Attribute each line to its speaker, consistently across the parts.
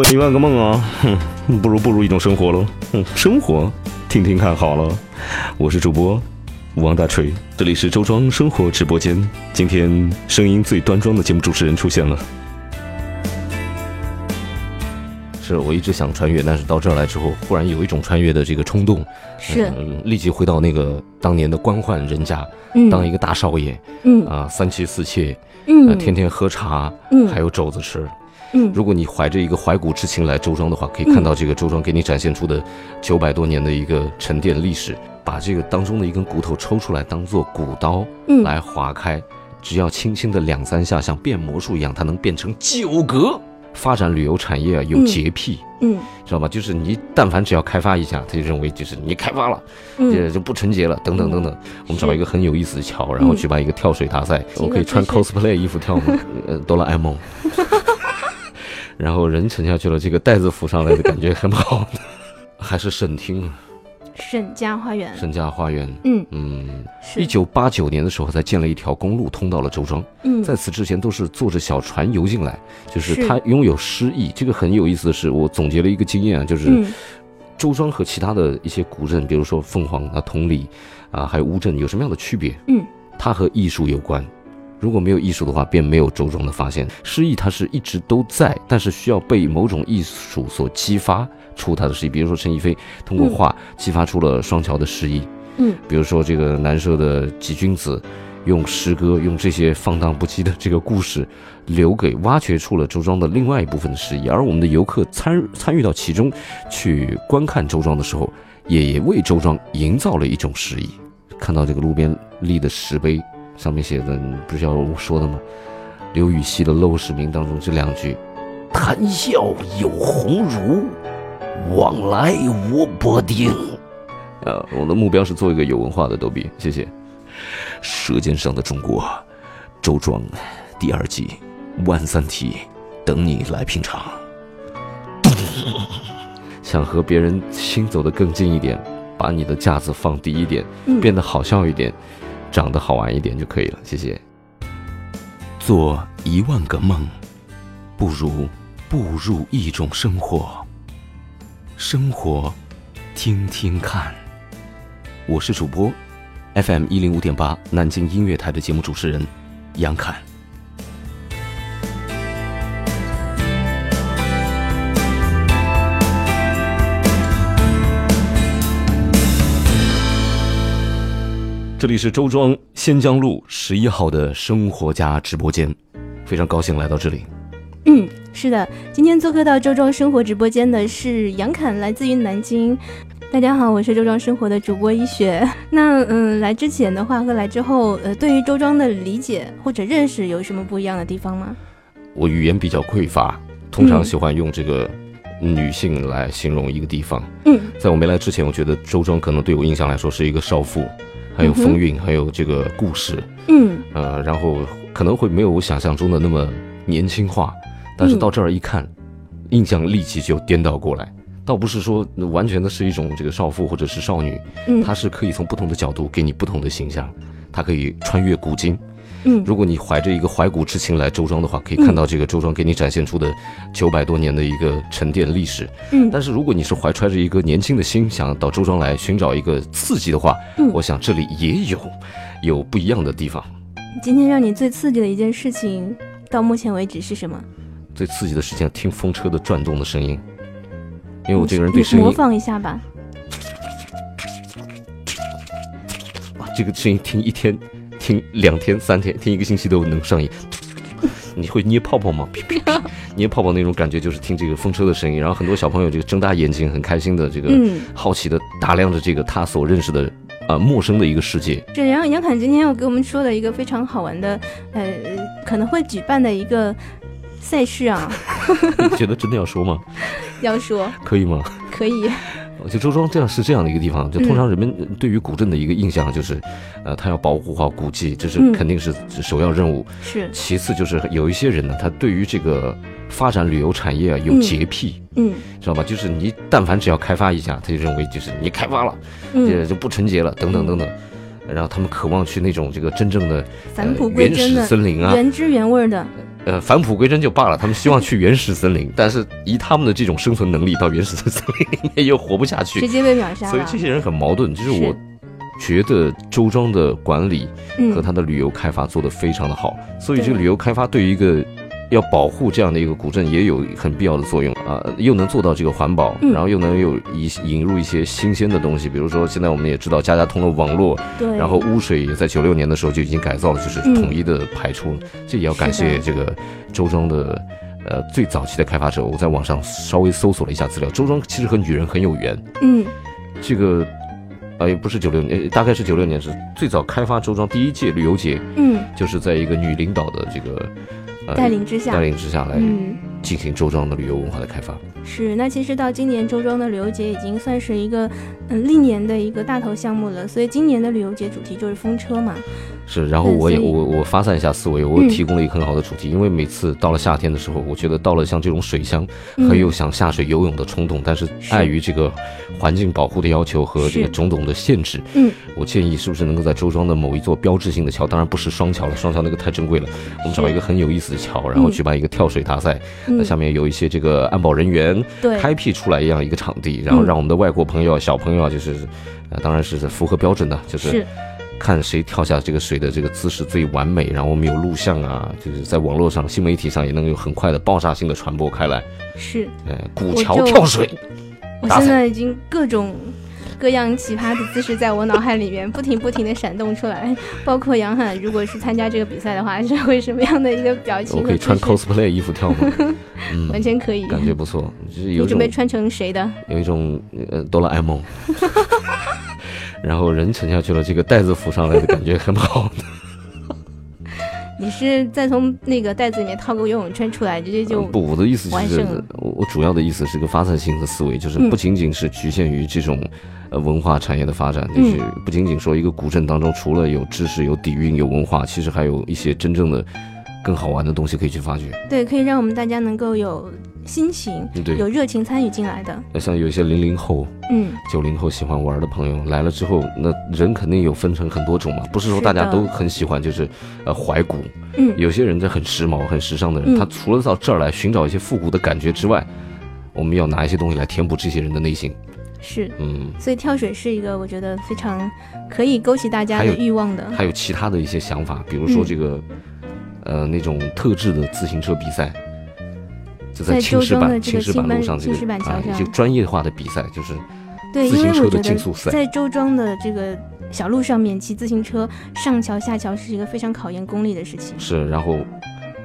Speaker 1: 做一万个梦啊， 哼，不如步入一种生活喽，哼，生活听听看好了。我是主播王大锤，这里是周庄生活直播间。今天声音最端庄的节目主持人出现了。是我一直想穿越，但是到这儿来之后，忽然有一种穿越的这个冲动，
Speaker 2: 是，
Speaker 1: 嗯，立即回到那个当年的官宦人家，
Speaker 2: 嗯
Speaker 1: 当一个大少爷
Speaker 2: 嗯
Speaker 1: 啊，三妻四妾，呃，
Speaker 2: 嗯，
Speaker 1: 天天喝茶，
Speaker 2: 嗯
Speaker 1: 还有肘子吃。
Speaker 2: 嗯
Speaker 1: 如果你怀着一个怀古之情来周庄的话，可以看到这个周庄给你展现出的九百多年的一个沉淀历史，把这个当中的一根骨头抽出来，当做骨刀
Speaker 2: 嗯
Speaker 1: 来划开，只要轻轻的两三下，像变魔术一样，它能变成九格。发展旅游产业啊，有
Speaker 2: 嗯
Speaker 1: 洁癖，
Speaker 2: 嗯
Speaker 1: 知道吧？就是你但凡只要开发一下，他就认为就是你开发了，
Speaker 2: 嗯
Speaker 1: 也就不纯洁了，等等等等。我们找一个很有意思的桥，然后举办一个跳水大赛，
Speaker 2: 嗯
Speaker 1: 我可以穿
Speaker 2: 这个
Speaker 1: cosplay 衣服跳吗？呃，哆啦 A 梦。 然后人沉下去了，这个袋子浮上来的感觉很好的，还是省厅啊，
Speaker 2: 沈家花园，
Speaker 1: 沈家花园。
Speaker 2: 嗯
Speaker 1: 嗯，
Speaker 2: 是
Speaker 1: 一九八九年的时候才建了一条公路通到了周庄，
Speaker 2: 嗯
Speaker 1: 在此之前都是坐着小船游进来，就是
Speaker 2: 是
Speaker 1: 它拥有诗意。这个很有意思的是，我总结了一个经验啊，就是
Speaker 2: 嗯
Speaker 1: 周庄和其他的一些古镇，比如说凤凰啊、同里啊，还有乌镇，有什么样的区别？
Speaker 2: 嗯，
Speaker 1: 它和艺术有关。如果没有艺术的话，便没有周庄的发现。诗意它是一直都在，但是需要被某种艺术所激发出它的诗意。比如说陈逸飞通过画激发出了双桥的诗意，
Speaker 2: 嗯
Speaker 1: 比如说这个南社的几君子，用诗歌，用这些放荡不羁的这个故事，留给挖掘出了周庄的另外一部分的诗意。而我们的游客参参与到其中去观看周庄的时候，也为周庄营造了一种诗意。看到这个路边立的石碑，上面写的，你不是要我说的吗？刘禹锡的《陋室铭》当中这两句：“谈笑有鸿儒，往来无薄丁。”呃，我的目标是做一个有文化的逗比，谢谢。《舌尖上的中国》周庄第二季万三题，等你来品尝。 想和别人心走得更近一点，把你的架子放低一点，
Speaker 2: 嗯
Speaker 1: 变得好笑一点，长得好玩一点就可以了。谢谢。做一万个梦，不如步入一种生活。生活，听听看。我是主播，FM 一零五点八南京音乐台的节目主持人杨侃。这里是周庄仙江路十一号的生活家直播间，非常高兴来到这里。
Speaker 2: 嗯，是的，今天做客到周庄生活直播间的是杨侃，来自于南京。大家好，我是周庄生活的主播一雪。那嗯，来之前的话和来之后，呃，对于周庄的理解或者认识有什么不一样的地方吗？
Speaker 1: 我语言比较匮乏，通常
Speaker 2: 嗯
Speaker 1: 喜欢用这个女性来形容一个地方。
Speaker 2: 嗯
Speaker 1: 在我没来之前，我觉得周庄可能对我印象来说是一个少妇，还有
Speaker 2: 嗯哼
Speaker 1: 风韵，还有这个故事，
Speaker 2: 嗯
Speaker 1: 呃，然后可能会没有我想象中的那么年轻化，但是
Speaker 2: 嗯
Speaker 1: 到这儿一看，印象立即就颠倒过来。倒不是说完全的是一种这个少妇或者是少女，
Speaker 2: 嗯
Speaker 1: 它是可以从不同的角度给你不同的形象，它可以穿越古今。
Speaker 2: 嗯
Speaker 1: 如果你怀着一个怀古之情来周庄的话，可以看到这个周庄给你展现出的九百多年的一个沉淀历史。
Speaker 2: 嗯
Speaker 1: 但是如果你是怀揣着一个年轻的心，想到周庄来寻找一个刺激的话，
Speaker 2: 嗯
Speaker 1: 我想这里也有有不一样的地方。
Speaker 2: 今天让你最刺激的一件事情，到目前为止是什么？
Speaker 1: 最刺激的事情，听风车的转动的声音，因为我这个人对声
Speaker 2: 嗯模
Speaker 1: 音，
Speaker 2: 仿一下吧。
Speaker 1: 哇这个声音听一天、听两天、三天、听一个星期都能上 瘾。你会捏泡泡吗？捏泡泡那种感觉就是听这个风车的声音，然后很多小朋友这个睁大眼睛，很开心的这个、
Speaker 2: 嗯，
Speaker 1: 好奇的打量着这个他所认识的啊、呃陌生的一个世 界。
Speaker 2: 这杨杨侃今天要给我们说的一个非常好玩的，呃，可能会举办的一个赛 事啊，
Speaker 1: 你觉得真的要说吗？
Speaker 2: 要说
Speaker 1: 可以吗？
Speaker 2: 可以，
Speaker 1: 就周庄这样是这样的一个地方，就通常人们呃对于古镇的一个印象就是，呃，他要保护好古迹，这是
Speaker 2: 嗯
Speaker 1: 肯定是首要任务。
Speaker 2: 是，
Speaker 1: 其次就是有一些人呢，他对于这个发展旅游产业啊有
Speaker 2: 嗯
Speaker 1: 洁癖，
Speaker 2: 嗯
Speaker 1: 知道吧？就是你但凡只要开发一下，他就认为就是你开发了，
Speaker 2: 嗯，
Speaker 1: 这就不纯洁了，等等等等。然后他们渴望去那种这个真正的、呃
Speaker 2: 返璞归
Speaker 1: 原
Speaker 2: 真
Speaker 1: 始
Speaker 2: 的，
Speaker 1: 森林啊，
Speaker 2: 原汁原味儿的，
Speaker 1: 呃，返璞归真就罢了，他们希望去原始森林，但是以他们的这种生存能力，到原始森林里面又活不下去
Speaker 2: 直，接被秒杀
Speaker 1: 所以
Speaker 2: 了。
Speaker 1: 这些人很矛盾。就是
Speaker 2: 是
Speaker 1: 我觉得周庄的管理和
Speaker 2: 嗯，
Speaker 1: 它的旅游开发做得非常的好，所以
Speaker 2: 对
Speaker 1: 这个旅游开发对于一个要保护这样的一个古镇也有很必要的作用啊、呃又能做到这个环保，
Speaker 2: 嗯
Speaker 1: 然后又能有引引入一些新鲜的东西，比如说现在我们也知道家家通了网络，
Speaker 2: 对。
Speaker 1: 然后污水也在九六年的时候就已经改造了，就是
Speaker 2: 嗯
Speaker 1: 统一的排出了，这也要感
Speaker 2: 是
Speaker 1: 谢
Speaker 2: 的
Speaker 1: 这个周庄的。呃，最早期的开发者，我在网上稍微搜索了一下资料，周庄其实和女人很有缘，
Speaker 2: 嗯，
Speaker 1: 这个，哎，不是九六年，呃大概是九六年是最早开发周庄第一届旅游节，
Speaker 2: 嗯，
Speaker 1: 就是在一个女领导的这个、呃、
Speaker 2: 带领之
Speaker 1: 带
Speaker 2: 下，
Speaker 1: 领之下来
Speaker 2: 嗯。
Speaker 1: 进行周庄的旅游文化的开发。
Speaker 2: 是，那其实到今年周庄的旅游节已经算是一个，嗯，历年的一个大头项目了。所以今年的旅游节主题就是风车嘛。
Speaker 1: 是，然后
Speaker 2: 对
Speaker 1: 我也
Speaker 2: 嗯所以嗯
Speaker 1: 我我发散一下思维，我提供了一个很好的主题，因为每次到了夏天的时候，我觉得到了像这种水乡，
Speaker 2: 嗯、
Speaker 1: 很有想下水游泳的冲动，但是
Speaker 2: 是
Speaker 1: 碍于这个环境保护的要求和这个
Speaker 2: 是
Speaker 1: 种种的限制，
Speaker 2: 嗯，
Speaker 1: 我建议是不是能够在周庄的某一座标志性的桥，当然不是双桥了，双桥那个太珍贵了，我们找一个很有意思的桥，然后
Speaker 2: 嗯
Speaker 1: 举办一个跳水大赛，那
Speaker 2: 嗯，
Speaker 1: 下面有一些这个安保人员
Speaker 2: 对，
Speaker 1: 开辟出来一样一个场地，然后让我们的外国朋友、小朋友啊，就是，呃，当然是符合标准的，就是
Speaker 2: 是
Speaker 1: 看谁跳下这个水的这个姿势最完美，然后我们有录像啊，就是在网络上、新媒体上也能有很快的爆炸性的传播开来。
Speaker 2: 是，
Speaker 1: 呃，古
Speaker 2: 我
Speaker 1: 桥
Speaker 2: 就
Speaker 1: 跳水，
Speaker 2: 我
Speaker 1: 打
Speaker 2: 现
Speaker 1: 伞
Speaker 2: 在已经各种。各样奇葩的姿势在我脑海里面不停不停的闪动出来，包括杨涵，如果是参加这个比赛的话，是会什么样的一个表情
Speaker 1: 我
Speaker 2: 和姿势？
Speaker 1: 可以穿 cosplay 衣服跳吗？嗯，
Speaker 2: 完全可以。
Speaker 1: 感觉不错，就是有
Speaker 2: 你
Speaker 1: 一
Speaker 2: 准
Speaker 1: 种
Speaker 2: 备穿成谁的？
Speaker 1: 有一种呃哆啦 A 梦， 然后人沉下去了，这个袋子浮上来的感觉很 好。
Speaker 2: 你是再从那个袋子里面套个游泳圈出来，直接就
Speaker 1: 嗯不，我的意思就
Speaker 2: 完
Speaker 1: 是
Speaker 2: 胜了，
Speaker 1: 我我主要的意思是个发散性的思维，就是
Speaker 2: 嗯
Speaker 1: 不仅仅是局限于这种。呃，文化产业的发展，
Speaker 2: 嗯
Speaker 1: 就是不仅仅说一个古镇当中，除了有知识、有底蕴、有文化，其实还有一些真正的、更好玩的东西可以去发掘。
Speaker 2: 对，可以让我们大家能够有心情、
Speaker 1: 对，呃
Speaker 2: 有热情参与进来的。
Speaker 1: 像有一些零零后，
Speaker 2: 嗯，
Speaker 1: 九零后喜欢玩的朋友来了之后，那人肯定有分成很多种嘛，不是说大家
Speaker 2: 是的
Speaker 1: 都很喜欢，就是呃怀古，
Speaker 2: 嗯
Speaker 1: 有些人这很时髦、很时尚的人，
Speaker 2: 嗯
Speaker 1: 他除了到这儿来寻找一些复古的感觉之外，我们要拿一些东西来填补这些人的内心，
Speaker 2: 是。
Speaker 1: 嗯，
Speaker 2: 所以跳水是一个我觉得非常可以勾起大家
Speaker 1: 还有
Speaker 2: 的欲望的。
Speaker 1: 还有其他的一些想法，比如说
Speaker 2: 嗯
Speaker 1: 这个，呃，那种特制的自行车比赛。就在
Speaker 2: 在
Speaker 1: 青
Speaker 2: 周
Speaker 1: 石
Speaker 2: 庄的
Speaker 1: 板、
Speaker 2: 这
Speaker 1: 青
Speaker 2: 个
Speaker 1: 石板
Speaker 2: 青
Speaker 1: 路
Speaker 2: 班
Speaker 1: 上，这
Speaker 2: 青石
Speaker 1: 个
Speaker 2: 板桥
Speaker 1: 啊，一
Speaker 2: 上
Speaker 1: 些专业化的比赛，就是
Speaker 2: 对，
Speaker 1: 自
Speaker 2: 因
Speaker 1: 行
Speaker 2: 为
Speaker 1: 车
Speaker 2: 我
Speaker 1: 的
Speaker 2: 觉
Speaker 1: 竞
Speaker 2: 得
Speaker 1: 速赛。
Speaker 2: 在周庄的这个小路上面骑自行车上桥下桥是一个非常考验功力的事情。
Speaker 1: 是，然后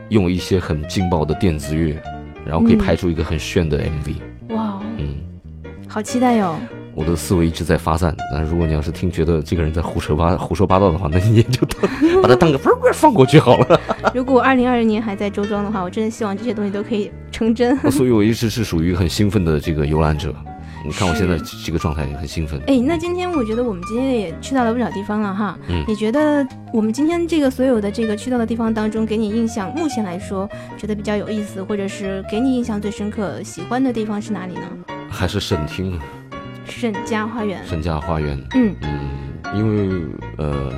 Speaker 1: 用一些很劲爆的电子乐，然后可以
Speaker 2: 嗯
Speaker 1: 拍出一个很炫的 MV。
Speaker 2: 哇，
Speaker 1: 嗯，
Speaker 2: 好期待哦 哟、
Speaker 1: 我的思维一直在发散，但如果你要是听觉得这个人在胡扯八胡说八道 的话，那你也就当把他当个嗡嗡放过去好了。
Speaker 2: 如果二零二零年还在周庄的话，我真的希望这些东西都可以成 真。
Speaker 1: 所以我一直是属于很兴奋的这个游览者。你看我现在这个状态很兴奋，
Speaker 2: 哎，那今天我觉得我们今天也去到了不少地方了哈。
Speaker 1: 嗯
Speaker 2: 你觉得我们今天这个所有的这个去到的地方当中，给你印象目前来说觉得比较有意思，或者是给你印象最深刻、喜欢的地方是哪里呢？
Speaker 1: 还是省厅啊
Speaker 2: 沈家花园。
Speaker 1: 沈家花园。
Speaker 2: 嗯，
Speaker 1: 嗯，因为呃，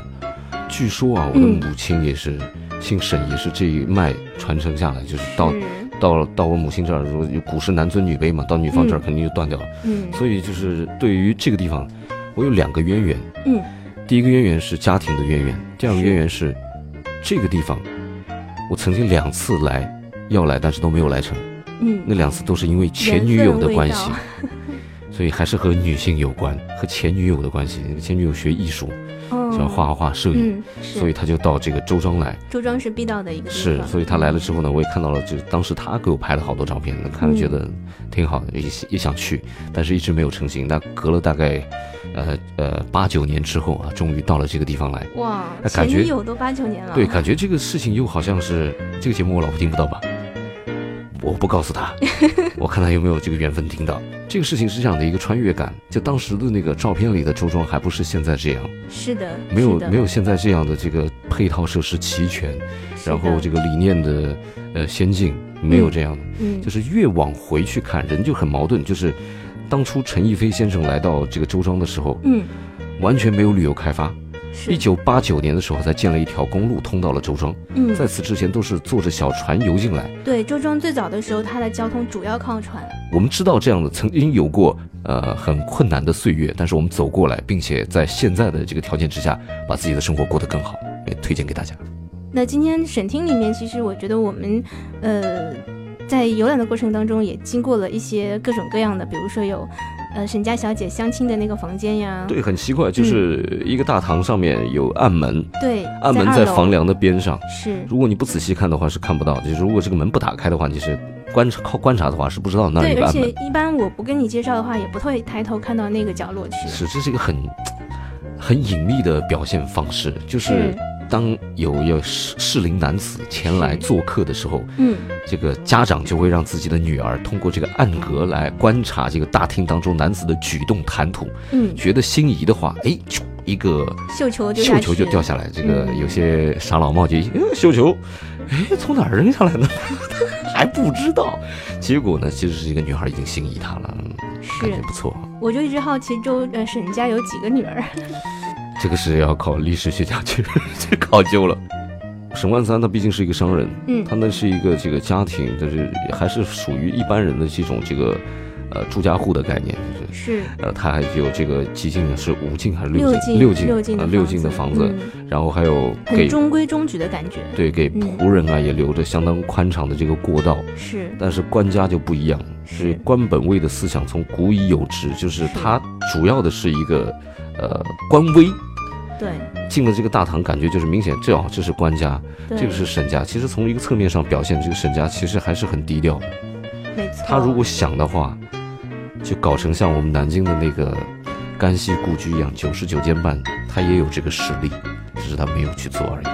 Speaker 1: 据说啊，我的
Speaker 2: 嗯
Speaker 1: 母亲也是、姓沈，也是这一脉传承下来，就是到
Speaker 2: 是，
Speaker 1: 到了到我母亲这儿的时候，有古时男尊女卑嘛，到女方这儿
Speaker 2: 嗯
Speaker 1: 肯定就断掉了。
Speaker 2: 嗯
Speaker 1: 所以就是对于这个地方，我有两个渊源。
Speaker 2: 嗯，
Speaker 1: 第一个渊源是家庭的渊源，第二个
Speaker 2: 是
Speaker 1: 渊源是这个地方，我曾经两次来要来，但是都没有来成。
Speaker 2: 嗯，
Speaker 1: 那两次都是因为前女友的关系
Speaker 2: 缘分，
Speaker 1: 所以还是和女性有关，和前女友的关系。前女友学艺术，
Speaker 2: 哦
Speaker 1: 喜欢画画、摄影，
Speaker 2: 嗯，是，
Speaker 1: 所以她就到这个周庄来。
Speaker 2: 周庄是必到的一个地
Speaker 1: 是，
Speaker 2: 方。
Speaker 1: 所以他来了之后呢，我也看到了，就是当时他给我拍了好多照片，看了觉得
Speaker 2: 嗯
Speaker 1: 挺好的，也也想去，但是一直没有成行。那隔了大概，呃呃八九年之后啊，终于到了这个地方来。
Speaker 2: 哇，
Speaker 1: 那
Speaker 2: 前
Speaker 1: 感觉
Speaker 2: 女友都八九年了。
Speaker 1: 对，感觉这个事情又好像是这个节目我老婆听不到吧？我不告诉 她，我看她有没有这个缘分听到。这个事情是这样的一个穿越感，就当时的那个照片里的周庄还不是现在这样，
Speaker 2: 是的，
Speaker 1: 没有
Speaker 2: 是的
Speaker 1: 没有现在这样的这个配套设施齐全，
Speaker 2: 是
Speaker 1: 然后
Speaker 2: 的
Speaker 1: 这个理念的呃先进，没有这样的。
Speaker 2: 嗯
Speaker 1: 就是越往回去看，人就很矛盾。就是当初陈逸飞先生来到这个周庄的时候，
Speaker 2: 嗯
Speaker 1: 完全没有旅游开发，
Speaker 2: 是
Speaker 1: 一九八九年的时候，才建了一条公路通到了周庄，
Speaker 2: 嗯，
Speaker 1: 在此之前都是坐着小船游进来。
Speaker 2: 对周庄最早的时候，它的交通主要靠船。
Speaker 1: 我们知道这样的曾经有过呃很困难的岁月，但是我们走过来，并且在现在的这个条件之下，把自己的生活过得更好，也推荐给大
Speaker 2: 嗯
Speaker 1: 家。
Speaker 2: 那今天审听里面，其实我觉得我们，呃，在游览的过程当中也经过了一些各种各样的，比如说有，呃，沈家小姐相亲的那个房间呀，
Speaker 1: 对，很奇怪，就是一个大堂上面有暗门，
Speaker 2: 对，
Speaker 1: 暗门
Speaker 2: 二
Speaker 1: 在
Speaker 2: 楼
Speaker 1: 房梁的边上，
Speaker 2: 是，
Speaker 1: 如果你不仔细看的话是看不到，就是如果这个门不打开的话，你是观察靠观察的话是不知道那儿有
Speaker 2: 对，
Speaker 1: 个
Speaker 2: 而
Speaker 1: 暗
Speaker 2: 且
Speaker 1: 门。
Speaker 2: 一般我不跟你介绍的话，也不会抬头看到那个角落去。
Speaker 1: 是，这是一个很很隐秘的表现方式，就是
Speaker 2: 是，
Speaker 1: 当有有适适龄男子前来
Speaker 2: 是
Speaker 1: 做客的时候，
Speaker 2: 嗯，
Speaker 1: 这个家长就会让自己的女儿通过这个暗格来观察这个大厅当中男子的举动谈吐，
Speaker 2: 嗯，
Speaker 1: 觉得心仪的话，哎，咻一个
Speaker 2: 绣球就
Speaker 1: 绣球就掉下来。这个有些傻老帽就一哎绣球，哎，从哪儿扔下来呢？ 还不知道。结果呢，其实是一个女孩已经心仪他了，嗯感
Speaker 2: 是
Speaker 1: 觉，不错。
Speaker 2: 我就一直好奇周呃沈家有几个 女儿？
Speaker 1: 这个是要考历史学家去 去考究了。沈万三他毕竟是一个商人，
Speaker 2: 嗯
Speaker 1: 他那是一个这个家庭，但是还是属于一般人的这种这个呃住家户的概念，就是
Speaker 2: 是
Speaker 1: 呃他还有这个几进是五进还是
Speaker 2: 六
Speaker 1: 进？
Speaker 2: 六
Speaker 1: 进
Speaker 2: 六
Speaker 1: 啊
Speaker 2: 的
Speaker 1: 六进的房子，
Speaker 2: 嗯
Speaker 1: 然后还有
Speaker 2: 很
Speaker 1: 给
Speaker 2: 中规中矩的感觉。
Speaker 1: 对给
Speaker 2: 嗯
Speaker 1: 仆人啊也留着相当宽敞的这个过道，
Speaker 2: 是
Speaker 1: 但是官家就不一样，是
Speaker 2: 是
Speaker 1: 官本位的思想从古已有之，就是
Speaker 2: 是
Speaker 1: 他主要的是一个呃官威。
Speaker 2: 对
Speaker 1: 进了这个大堂，感觉就是明显，这哦，这是官家，
Speaker 2: 对，
Speaker 1: 这个是沈家。其实从一个侧面上表现，这个沈家其实还是很低调的。
Speaker 2: 没错。
Speaker 1: 他如果想的话，就搞成像我们南京的那个甘溪故居一样，九十九间半，他也有这个实力，只是他没有去做而已。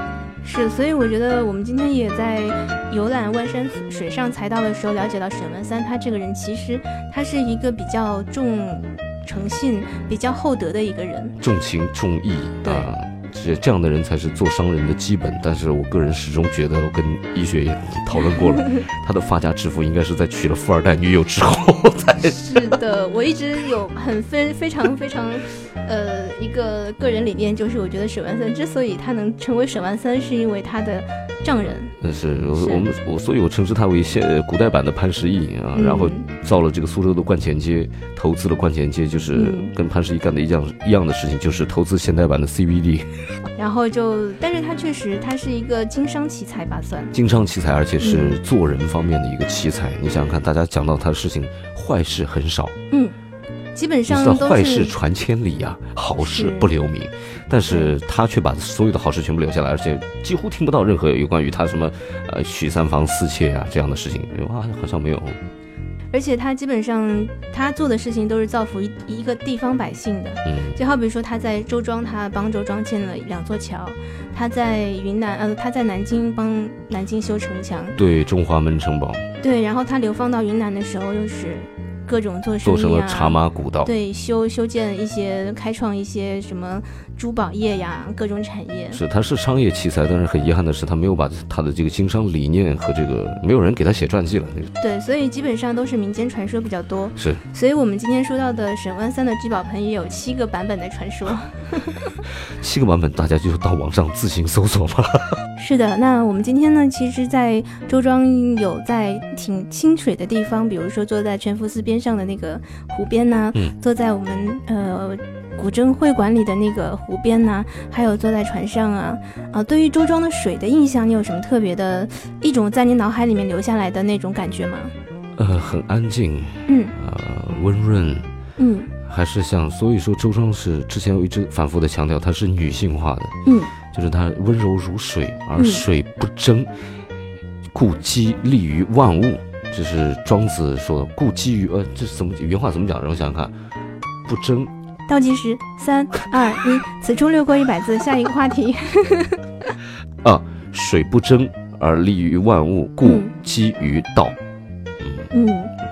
Speaker 2: 是，所以我觉得我们今天也在游览万山水上财道的时候，了解到沈万三他这个人，其实他是一个比较重诚信、比较厚德的一个人。
Speaker 1: 重情重义
Speaker 2: 对
Speaker 1: 啊，这这样的人才是做商人的基本。但是我个人始终觉得，我跟医学也讨论过 了，他的发家致富应该是在娶了富二代女友之后 才
Speaker 2: 是的，我一直有很非非常非常，呃，一个个人理念，就是我觉得沈万三之所以他能成为沈万三，是因为他的丈人。
Speaker 1: 但是我
Speaker 2: 是
Speaker 1: 我们我，所以我称之他为现呃古代版的潘石屹啊，然后
Speaker 2: 嗯
Speaker 1: 造了这个苏州的观前街，投资了观前街，就是
Speaker 2: 嗯
Speaker 1: 跟潘石屹干的一样一样的事情，就是投资现代版的 CBD，
Speaker 2: 然后就，但是他确实他是一个经商奇才吧，算。
Speaker 1: 经商奇才，而且是
Speaker 2: 嗯
Speaker 1: 做人方面的一个奇才。你想想看，大家讲到他的事情，坏事很少，
Speaker 2: 嗯，基本
Speaker 1: 你
Speaker 2: 上
Speaker 1: 知道
Speaker 2: 都
Speaker 1: 坏事传千里啊，好事
Speaker 2: 是
Speaker 1: 不留名，但是他却把所有的好事全部留下来，而且几乎听不到任何有关于他什么呃娶三房四妾啊这样的事情，哇，好像没有。
Speaker 2: 而且他基本上他做的事情都是造福一一个地方百姓的。
Speaker 1: 嗯，
Speaker 2: 就好比说他在周庄，他帮周庄建了两座桥；他在云南，呃，他在南京帮南京修城墙。
Speaker 1: 对中华门城堡
Speaker 2: 对，然后他流放到云南的时候，又是各种做
Speaker 1: 做
Speaker 2: 生意啊，
Speaker 1: 成了茶马古道，
Speaker 2: 对，修修建一些，开创一些什么珠宝业呀，各种产业。
Speaker 1: 是他是商业奇才，但是很遗憾的是，他没有把他的这个经商理念和这个没有人给他写传记了，那个
Speaker 2: 对，所以基本上都是民间传说比较多。
Speaker 1: 是
Speaker 2: 所以我们今天说到的沈万三的聚宝盆也有七个版本的传说。
Speaker 1: 七个版本，大家就到网上自行搜索吧。
Speaker 2: 是的，那我们今天呢，其实，在周庄有在挺清水的地方，比如说坐在全福寺边上的那个湖边呐、
Speaker 1: 嗯
Speaker 2: 坐在我们呃古筝会馆里的那个湖边呐、还有坐在船上啊啊，对于周庄的水的印象，你有什么特别的一种在你脑海里面留下来的那种感觉吗？
Speaker 1: 呃，很安静，
Speaker 2: 嗯
Speaker 1: 呃，温润，
Speaker 2: 嗯
Speaker 1: 还是像，所以说周庄是之前我一直反复的强调，它是女性化的，
Speaker 2: 嗯，
Speaker 1: 就是它温柔如水，而
Speaker 2: 嗯
Speaker 1: 水不争，故积利于万物。这是庄子说的，故积于呃，这怎么原话怎么讲？让我想想看，不争
Speaker 2: 倒计时三二一，此处略过一百字，下一个话题。
Speaker 1: 水不争而利于万物，故
Speaker 2: 嗯
Speaker 1: 几于道。嗯，
Speaker 2: 嗯。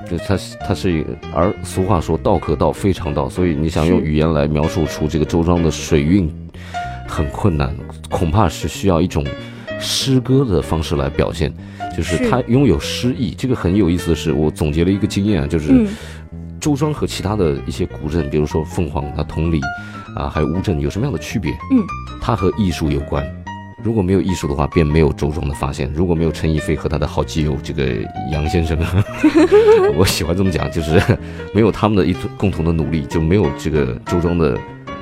Speaker 1: 就它它是一个，而俗话说“道可道，非常道”，所以你想用
Speaker 2: 是
Speaker 1: 语言来描述出这个周庄的水韵，很困难，恐怕是需要一种诗歌的方式来表现。就是
Speaker 2: 是
Speaker 1: 它拥有诗意，这个很有意思的是，我总结了一个经验啊，就是
Speaker 2: 嗯
Speaker 1: 周庄和其他的一些古镇，比如说凤凰、它同里，啊、啊，还有乌镇有什么样的区别？
Speaker 2: 嗯，
Speaker 1: 它和艺术有关。如果没有艺术的话，便没有周庄的发现；如果没有陈逸飞和他的好基友这个杨先生，我喜欢这么讲，就是没有他们的一共同的努力，就没有这个周庄的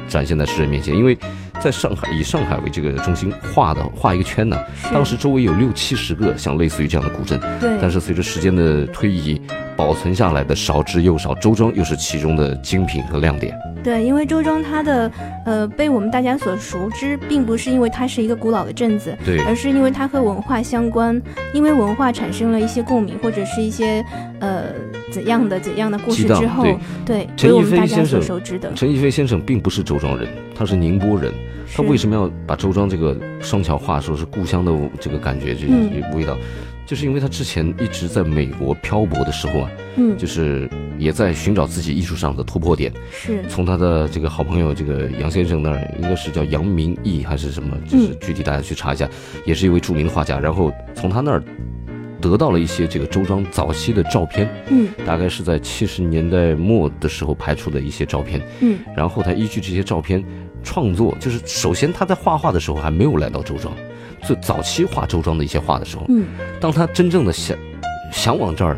Speaker 1: 展现在世人面前。因为在上海，以上海为这个中心画的画一个圈呢，
Speaker 2: 是
Speaker 1: 当时周围有六七十个像类似于这样的古镇，
Speaker 2: 对，
Speaker 1: 但是随着时间的推移，保存下来的少之又少，周庄又是其中的精品和亮点。
Speaker 2: 对，因为周庄它的呃被我们大家所熟知，并不是因为它是一个古老的镇子，
Speaker 1: 对，
Speaker 2: 而是因为它和文化相关，因为文化产生了一些共鸣，或者是一些呃怎样的怎样的故事
Speaker 1: 激荡
Speaker 2: 之后，对，
Speaker 1: 陈
Speaker 2: 为
Speaker 1: 逸
Speaker 2: 我们
Speaker 1: 飞
Speaker 2: 大家
Speaker 1: 先
Speaker 2: 所
Speaker 1: 生
Speaker 2: 熟知的。
Speaker 1: 陈逸飞先生并不是周庄人，他是宁波人。他为什
Speaker 2: 么？
Speaker 1: 么要把周庄这个商桥话说是故乡的这个感觉，这
Speaker 2: 嗯
Speaker 1: 这味道，就是因为他之前一直在美国漂泊的时候啊，
Speaker 2: 嗯，
Speaker 1: 就是也在寻找自己艺术上的突破点。
Speaker 2: 是，
Speaker 1: 从他的这个好朋友这个杨先生那儿，应该是叫杨明义还是什么，就是具体大家去查一下，也是一位著名的画家。然后从他那儿得到了一些这个周庄早期的照片，
Speaker 2: 嗯
Speaker 1: 大概是在七十年代末的时候拍出的一些照片。
Speaker 2: 嗯，
Speaker 1: 然后他依据这些照片创作，就是首先他在画画的时候还没有来到周庄，最早期画周庄的一些画的时候，
Speaker 2: 嗯，
Speaker 1: 当他真正的想想往这儿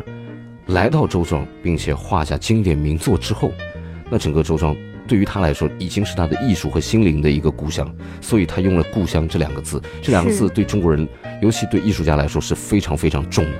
Speaker 1: 来到周庄，并且画下经典名作之后，那整个周庄对于他来说已经是他的艺术和心灵的一个故乡，所以他用了“故乡”这两个字，这两个
Speaker 2: 是
Speaker 1: 字对中国人，尤其对艺术家来说是非常非常重的。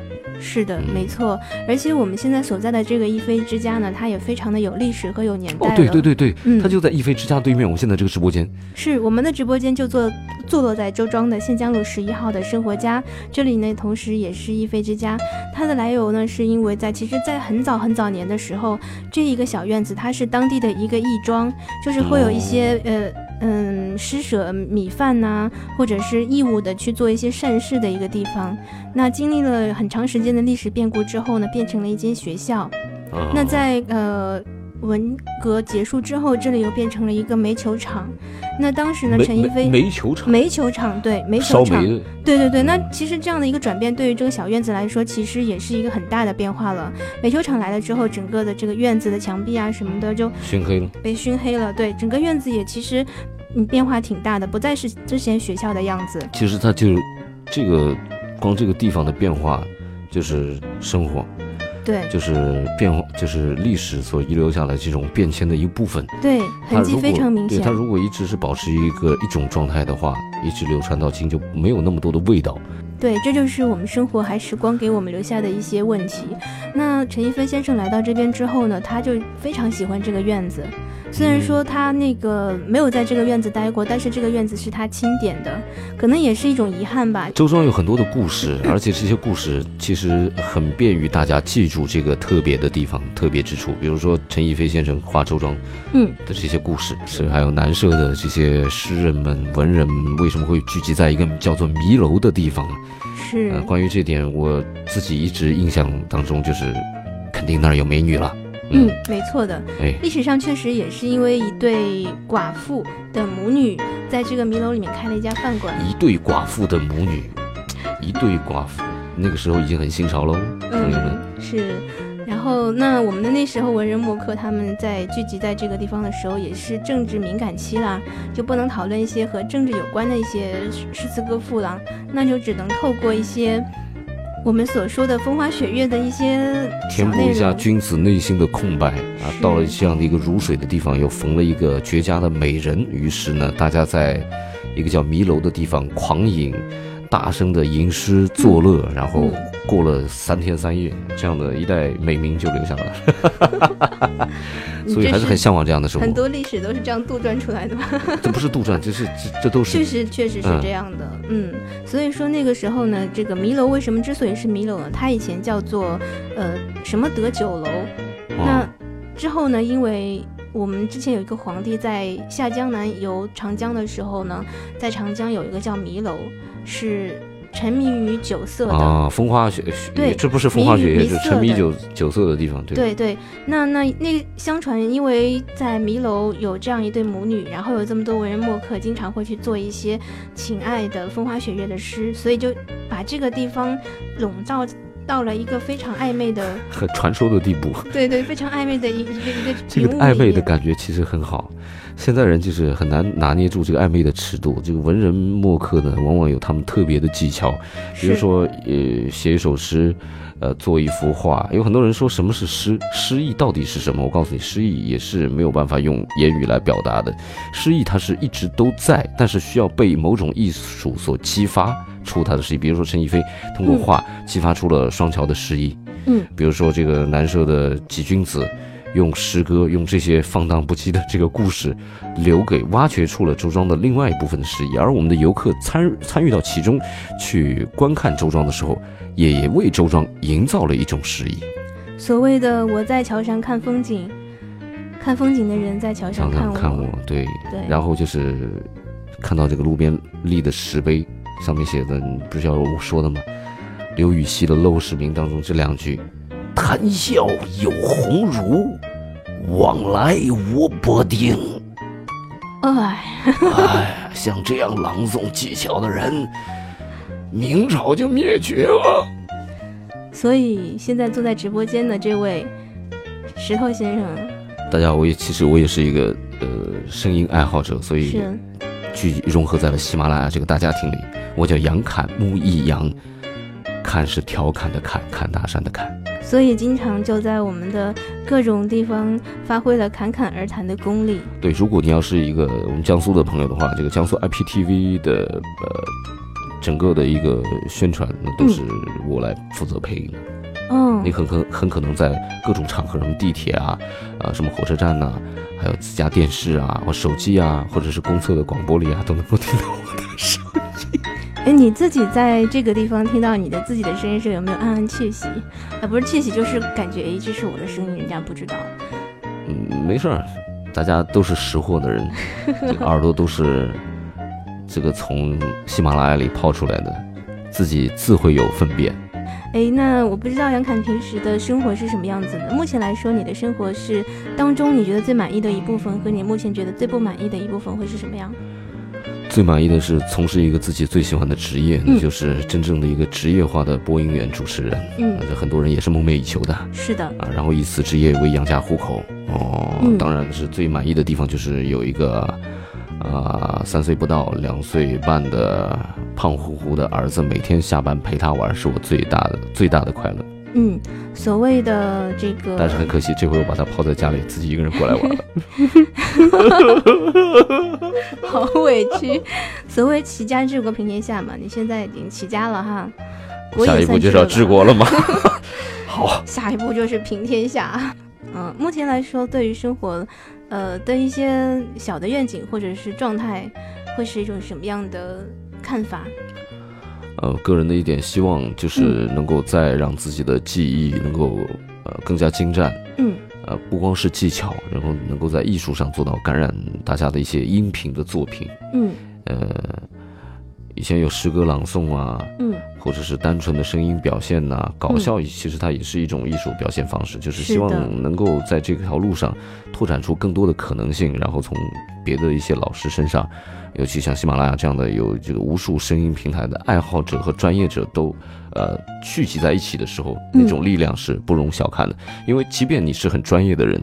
Speaker 2: 是的，
Speaker 1: 嗯
Speaker 2: 没错。而且我们现在所在的这个一菲之家呢，它也非常的有历史和有年代
Speaker 1: 哦
Speaker 2: 了。，
Speaker 1: 对对，对对，
Speaker 2: 嗯，
Speaker 1: 他就在逸飞之家对面，我们现在这个直播间。
Speaker 2: 是我们的直播间就坐坐落在周庄的县江路十一号的生活家，这里呢同时也是一菲之家。它的来由呢，是因为在其实，在很早很早年的时候，这一个小院子它是当地的一个义庄，就是会有一些、呃。嗯，施舍米饭呐、或者是义务的去做一些善事的一个地方。那经历了很长时间的历史变故之后呢，变成了一间学校。
Speaker 1: 啊嗯
Speaker 2: 那在呃文革结束之后，这里又变成了一个煤球场。那当时呢，
Speaker 1: 煤
Speaker 2: 陈逸飞
Speaker 1: 煤煤球场
Speaker 2: 煤球场对煤
Speaker 1: 烧
Speaker 2: 球场
Speaker 1: 煤，的。
Speaker 2: 对对对。那其实这样的一个转变，对于这个小院子来说，其实也是一个很大的变化了。煤球场来了之后，整个的这个院子的墙壁啊什么的就
Speaker 1: 熏黑了。
Speaker 2: 被熏黑了，对，整个院子也其实。嗯，变化挺大的，不再是之前学校的样子。
Speaker 1: 其实它就这个光这个地方的变化，就是生活，
Speaker 2: 对
Speaker 1: 就是变化，就是历史所遗留下来这种变迁的一部分。
Speaker 2: 对，
Speaker 1: 它
Speaker 2: 痕迹
Speaker 1: 啊如
Speaker 2: 非
Speaker 1: 果
Speaker 2: 常明
Speaker 1: 对
Speaker 2: 显
Speaker 1: 它。如果一直是保持一个一种状态的话，一直流传到今就没有那么多的味道。
Speaker 2: 对，这就是我们生活还时光给我们留下的一些问题。那陈逸飞先生来到这边之后呢，他就非常喜欢这个院子。虽
Speaker 1: 嗯
Speaker 2: 然说他那个没有在这个院子待过，但是这个院子是他钦点的，可能也是一种遗憾吧。
Speaker 1: 周庄有很多的故事，而且这些故事其实很便于大家记住这个特别的地方、特别之处。比如说陈逸飞先生画周庄，
Speaker 2: 嗯，
Speaker 1: 的这些故事，是还有南社的这些诗人们、文人们为什么会聚集在一个叫做迷楼的地方？啊
Speaker 2: 是
Speaker 1: 呃，，关于这点，我自己一直印象当中就是，肯定那儿有美女了。
Speaker 2: 嗯，，没错的。
Speaker 1: 哎，
Speaker 2: 历史上确实也是因为一对寡妇的母女在这个迷楼里面开了一家饭馆。
Speaker 1: 一对寡妇的母女，一对寡妇，那个时候已经很新潮喽，朋友们。
Speaker 2: 嗯，是。然后，那我们的那时候文人墨客他们在聚集在这个地方的时候，也是政治敏感期啦，就不能讨论一些和政治有关的一些诗词歌赋啦，那就只能透过一些我们所说的风花雪月的一些小
Speaker 1: 填补
Speaker 2: 内
Speaker 1: 一下
Speaker 2: 容。
Speaker 1: 君子内心的空白啊！
Speaker 2: 是
Speaker 1: 到了这样的一个如水的地方，又逢了一个绝佳的美人，于是呢，大家在一个叫迷楼的地方狂饮，大声的吟诗作乐，然后
Speaker 2: 嗯
Speaker 1: 过了三天三夜，这样的一代美名就留下来了。
Speaker 2: 你
Speaker 1: 所以
Speaker 2: 这
Speaker 1: 还是很向往这样的生
Speaker 2: 嗯很
Speaker 1: 活。
Speaker 2: 多历史都是这样杜撰出来的吧？
Speaker 1: 这不是杜撰，这是这这都是
Speaker 2: 确实，确实是
Speaker 1: 嗯
Speaker 2: 这样的。嗯，所以说那个时候呢，这个迷楼为什么之所以是迷楼呢？它以前叫做呃什么德九楼，那
Speaker 1: 啊，
Speaker 2: 之后呢，因为我们之前有一个皇帝在下江南游长江的时候呢，在长江有一个叫迷楼，是沉迷于酒色的。
Speaker 1: 啊，风花雪雪
Speaker 2: 对
Speaker 1: 这不是风花雪
Speaker 2: 迷
Speaker 1: 月，
Speaker 2: 迷
Speaker 1: 就
Speaker 2: 色
Speaker 1: 沉迷
Speaker 2: 的
Speaker 1: 酒酒色的地方，对
Speaker 2: 对对，那那那相传，因为在迷楼有这样一对母女，然后有这么多文人墨客，经常会去做一些情爱的风花雪月的诗，所以就把这个地方笼罩到了一个非常暧昧的，
Speaker 1: 很传说的地步。
Speaker 2: 对对，非常暧昧的一一个一个
Speaker 1: 这个
Speaker 2: 屏幕
Speaker 1: 暧
Speaker 2: 里
Speaker 1: 昧的
Speaker 2: 面
Speaker 1: 感觉其实很好，现在人就是很难拿捏住这个暧昧的尺度。这个文人墨客呢，往往有他们特别的技巧，比如
Speaker 2: 是
Speaker 1: 说呃写一首诗，呃做一幅画。有很多人说什么是诗，诗意到底是什么？我告诉你，诗意也是没有办法用言语来表达的。诗意它是一直都在，但是需要被某种艺术所激发出它的诗意。比如说陈逸飞通过
Speaker 2: 嗯
Speaker 1: 画激发出了双桥的诗意。
Speaker 2: 嗯，
Speaker 1: 比如说这个南社的几君子，用诗歌，用这些放荡不羁的这个故事，留给挖掘出了周庄的另外一部分的诗意。而我们的游客参参与到其中去观看周庄的时候，也也为周庄营造了一种诗意。
Speaker 2: 所谓的我在桥上看风景，看风景的人在桥上
Speaker 1: 想
Speaker 2: 看
Speaker 1: 想
Speaker 2: 我，
Speaker 1: 看我，对，
Speaker 2: 对，
Speaker 1: 然后就是看到这个路边立的石碑，上面写的，你不是要我说的吗？刘禹锡的《陋室铭》当中这两句：“谈笑有鸿儒，往来无薄丁。
Speaker 2: 哎，”
Speaker 1: 哎，像这样朗诵技巧的人，明朝就灭绝了。
Speaker 2: 所以现在坐在直播间的这位石头先生
Speaker 1: 大家好，我也其实我也是一个呃声音爱好者，所以
Speaker 2: 是
Speaker 1: 聚融合在了喜马拉雅这个大家庭里。我叫杨侃，木易杨，侃是调侃的侃，侃大山的侃。
Speaker 2: 所以经常就在我们的各种地方发挥了侃侃而谈的功力。
Speaker 1: 对，如果你要是一个我们江苏的朋友的话，这个江苏 IPTV 的呃整个的一个宣传那都是我来负责配音的。
Speaker 2: 嗯
Speaker 1: 你，很可很可能在各种场合，什么地铁啊，呃，什么火车站呐、还有自家电视啊、或手机啊，或者是公厕的广播里啊，都能够听到我的声音。
Speaker 2: 哎，你自己在这个地方听到你的自己的声音时，有没有暗暗窃喜？啊，不是窃喜，就是感觉哎，这是我的声音，人家不知道。
Speaker 1: 嗯，没事儿，大家都是识货的人，这个耳朵都是这个从喜马拉雅里泡出来的，自己自会有分辨。
Speaker 2: 哎，那我不知道杨侃平时的生活是什么样子的。目前来说，你的生活是当中你觉得最满意的一部分，和你目前觉得最不满意的一部分会是什么样？
Speaker 1: 最满意的是从事一个自己最喜欢的职业，
Speaker 2: 嗯
Speaker 1: 那就是真正的一个职业化的播音员主持人。
Speaker 2: 嗯
Speaker 1: 啊，这很多人也是梦寐以求的啊。
Speaker 2: 是的，
Speaker 1: 然后以此职业为养家糊口。哦，
Speaker 2: 嗯
Speaker 1: 当然是最满意的地方就是有一个，啊、三岁不到两岁半的胖乎乎的儿子，每天下班陪他玩，是我最大的最大的快乐。
Speaker 2: 嗯，所谓的这个，
Speaker 1: 但是很可惜，这回我把他抛在家里，自己一个人过来玩了。
Speaker 2: 好委屈。所谓齐家治国平天下嘛，你现在已经齐家了哈，国
Speaker 1: 下
Speaker 2: 也
Speaker 1: 一步
Speaker 2: 算
Speaker 1: 就是
Speaker 2: 了
Speaker 1: 要
Speaker 2: 吧
Speaker 1: 治，国了吗？好，
Speaker 2: 下一步就是平天下。嗯，目前来说，对于生活，呃的一些小的愿景或者是状态，会是一种什么样的看法？
Speaker 1: 呃，个人的一点希望就是能够再让自己的技艺能够呃更加精湛，
Speaker 2: 嗯。
Speaker 1: 呃，不光是技巧，然后能够在艺术上做到感染大家的一些音频的作品。
Speaker 2: 嗯
Speaker 1: 呃，以前有诗歌朗诵啊，
Speaker 2: 嗯，
Speaker 1: 或者是单纯的声音表现呐、搞
Speaker 2: 嗯
Speaker 1: 笑其实它也是一种艺术表现方式，就是
Speaker 2: 是
Speaker 1: 希
Speaker 2: 的
Speaker 1: 望能够在这条路上拓展出更多的可能性，然后从别的一些老师身上，尤其像喜马拉雅这样的有这个无数声音平台的爱好者和专业者都，呃，聚集在一起的时候，
Speaker 2: 嗯
Speaker 1: 那种力量是不容小看的，因为即便你是很专业的人。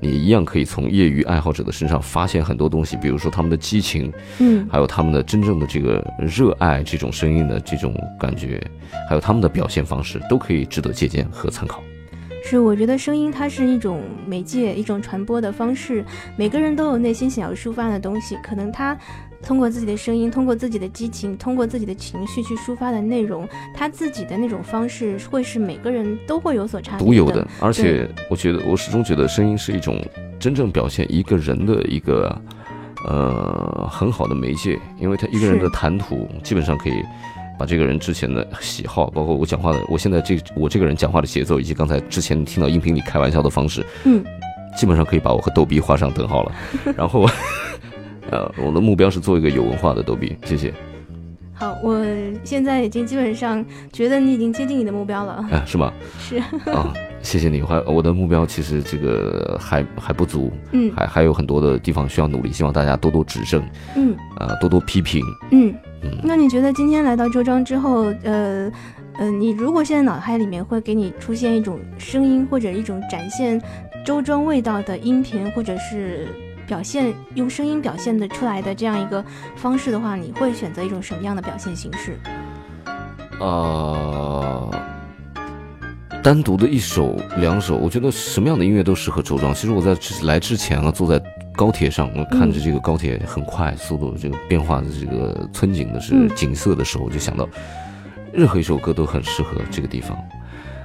Speaker 1: 你一样可以从业余爱好者的身上发现很多东西，比如说他们的激情，
Speaker 2: 嗯，
Speaker 1: 还有他们的真正的这个热爱这种声音的这种感觉，还有他们的表现方式，都可以值得借鉴和参考。
Speaker 2: 是，我觉得声音它是一种媒介，一种传播的方式。每个人都有内心想要抒发的东西，可能他通过自己的声音，通过自己的激情，通过自己的情绪去抒发的内容，他自己的那种方式会是每个人都会有所差别
Speaker 1: 独有的，而且我觉得，我始终觉得声音是一种真正表现一个人的一个呃很好的媒介，因为他一个人
Speaker 2: 是
Speaker 1: 的谈吐基本上可以。把这个人之前的喜好，包括我讲话的，我现在这我这个人讲话的节奏，以及刚才之前听到音频里开玩笑的方式，
Speaker 2: 嗯，
Speaker 1: 基本上可以把我和逗逼画上等 号了。然后，呃，我的目标是做一个有文化的逗逼。谢谢。
Speaker 2: 好，我现在已经基本上觉得你已经接近你的目标了。
Speaker 1: 啊，是吗？
Speaker 2: 是
Speaker 1: 啊，谢谢你。我还我的目标其实这个还还不足，
Speaker 2: 嗯
Speaker 1: 还还有很多的地方需要努力，希望大家多多指正，
Speaker 2: 嗯
Speaker 1: 啊、多多批评。
Speaker 2: 嗯
Speaker 1: 嗯，
Speaker 2: 那你觉得今天来到周庄之后，呃，嗯、你如果现在脑海里面会给你出现一种声音或者一种展现周庄味道的音频，或者是表现用声音表现的出来的这样一个方式的话，你会选择一种什么样的表现形式？
Speaker 1: 呃，单独的一首、两首，我觉得什么样的音乐都适合周庄。其实我在之来之前啊，坐在高铁上，我看着这个高铁很快速度这个变化的这个村景的是
Speaker 2: 嗯
Speaker 1: 景色的时候，我就想到，任何一首歌都很适合这个地方。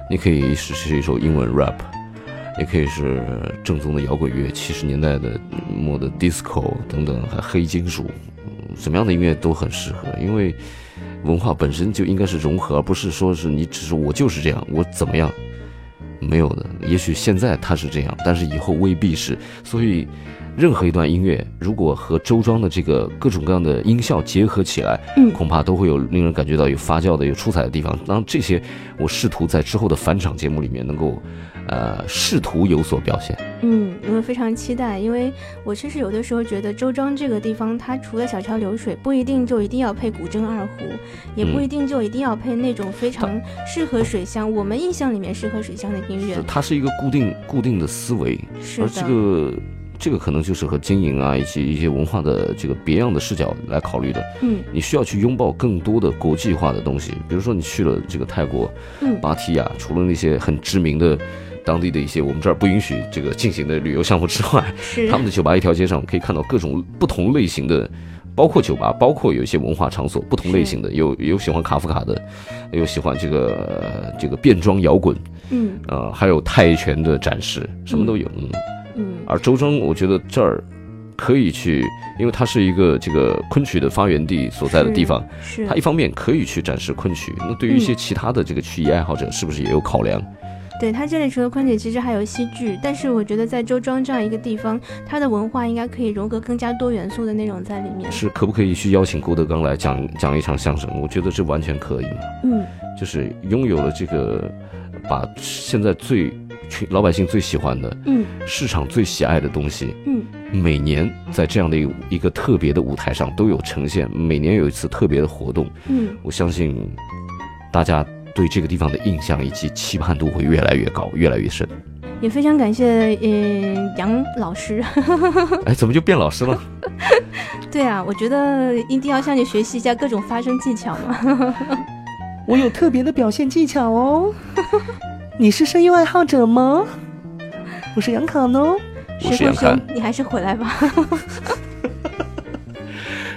Speaker 1: 你可以是是一首英文 rap，也可以是正宗的摇滚乐，七十年代的末的 disco 等等，还黑金属，嗯什么样的音乐都很适合，因为文化本身就应该是融合，而不是说是你只是我就是这样，我怎么样，没有的。也许现在它是这样，但是以后未必是。所以，任何一段音乐如果和周庄的这个各种各样的音效结合起来，
Speaker 2: 嗯
Speaker 1: 恐怕都会有令人感觉到有发酵的、有出彩的地方。当然，这些我试图在之后的返场节目里面能够，呃，试图有所表现。
Speaker 2: 嗯，我非常期待，因为我确实有的时候觉得周庄这个地方，它除了小桥流水，不一定就一定要配古筝二胡，也不
Speaker 1: 嗯
Speaker 2: 一定就一定要配那种非常适合水乡，我们印象里面适合水乡的音乐
Speaker 1: 是。它是一个固定固定的思维，
Speaker 2: 是
Speaker 1: 而
Speaker 2: 的，
Speaker 1: 这个这个可能就是和经营啊，以及一些文化的这个别样的视角来考虑的。
Speaker 2: 嗯
Speaker 1: 你需要去拥抱更多的国际化的东西，比如说你去了这个泰国、
Speaker 2: 嗯
Speaker 1: 芭提雅，啊除了那些很知名的当地的一些我们这儿不允许这个进行的旅游项目之外，
Speaker 2: 是
Speaker 1: 啊他们的酒吧一条街上，我们可以看到各种不同类型的，包括酒吧，包括有一些文化场所，不同类型的，有有喜欢卡夫卡的，有喜欢这个、呃这个变装摇滚，
Speaker 2: 嗯
Speaker 1: 呃，还有泰拳的展示，什么都有。嗯，
Speaker 2: 嗯
Speaker 1: 而周庄，我觉得这儿可以去，因为它是一个这个昆曲的发源地所在的地方，
Speaker 2: 是
Speaker 1: 它一方面可以去展示昆曲，那对于一些
Speaker 2: 嗯
Speaker 1: 其他的这个曲艺爱好者，是不是也有考量？
Speaker 2: 对它这里除了昆曲，其实还有戏剧，但是我觉得在周庄这样一个地方，它的文化应该可以融合更加多元素的内容在里面。
Speaker 1: 是可不可以去邀请郭德纲来讲讲一场相声？我觉得这完全可以。
Speaker 2: 嗯
Speaker 1: 就是拥有了这个，把现在最群老百姓最喜欢的、
Speaker 2: 嗯
Speaker 1: 市场最喜爱的东西，
Speaker 2: 嗯
Speaker 1: 每年在这样的一个一个特别的舞台上都有呈现，每年有一次特别的活动，
Speaker 2: 嗯
Speaker 1: 我相信大家对这个地方的印象以及期盼度会越来越高，越来越深。
Speaker 2: 也非常感谢嗯杨老师。
Speaker 1: 哎，怎么就变老师了？
Speaker 2: 对啊，我觉得一定要向你学习一下各种发声技巧嘛。
Speaker 3: 我有特别的表现技巧哦。你是声优爱好者吗？我是杨侃哦。
Speaker 1: 我是
Speaker 2: 石
Speaker 1: 杨
Speaker 2: 头
Speaker 1: 侃
Speaker 2: 兄，你还是回来吧。
Speaker 1: 《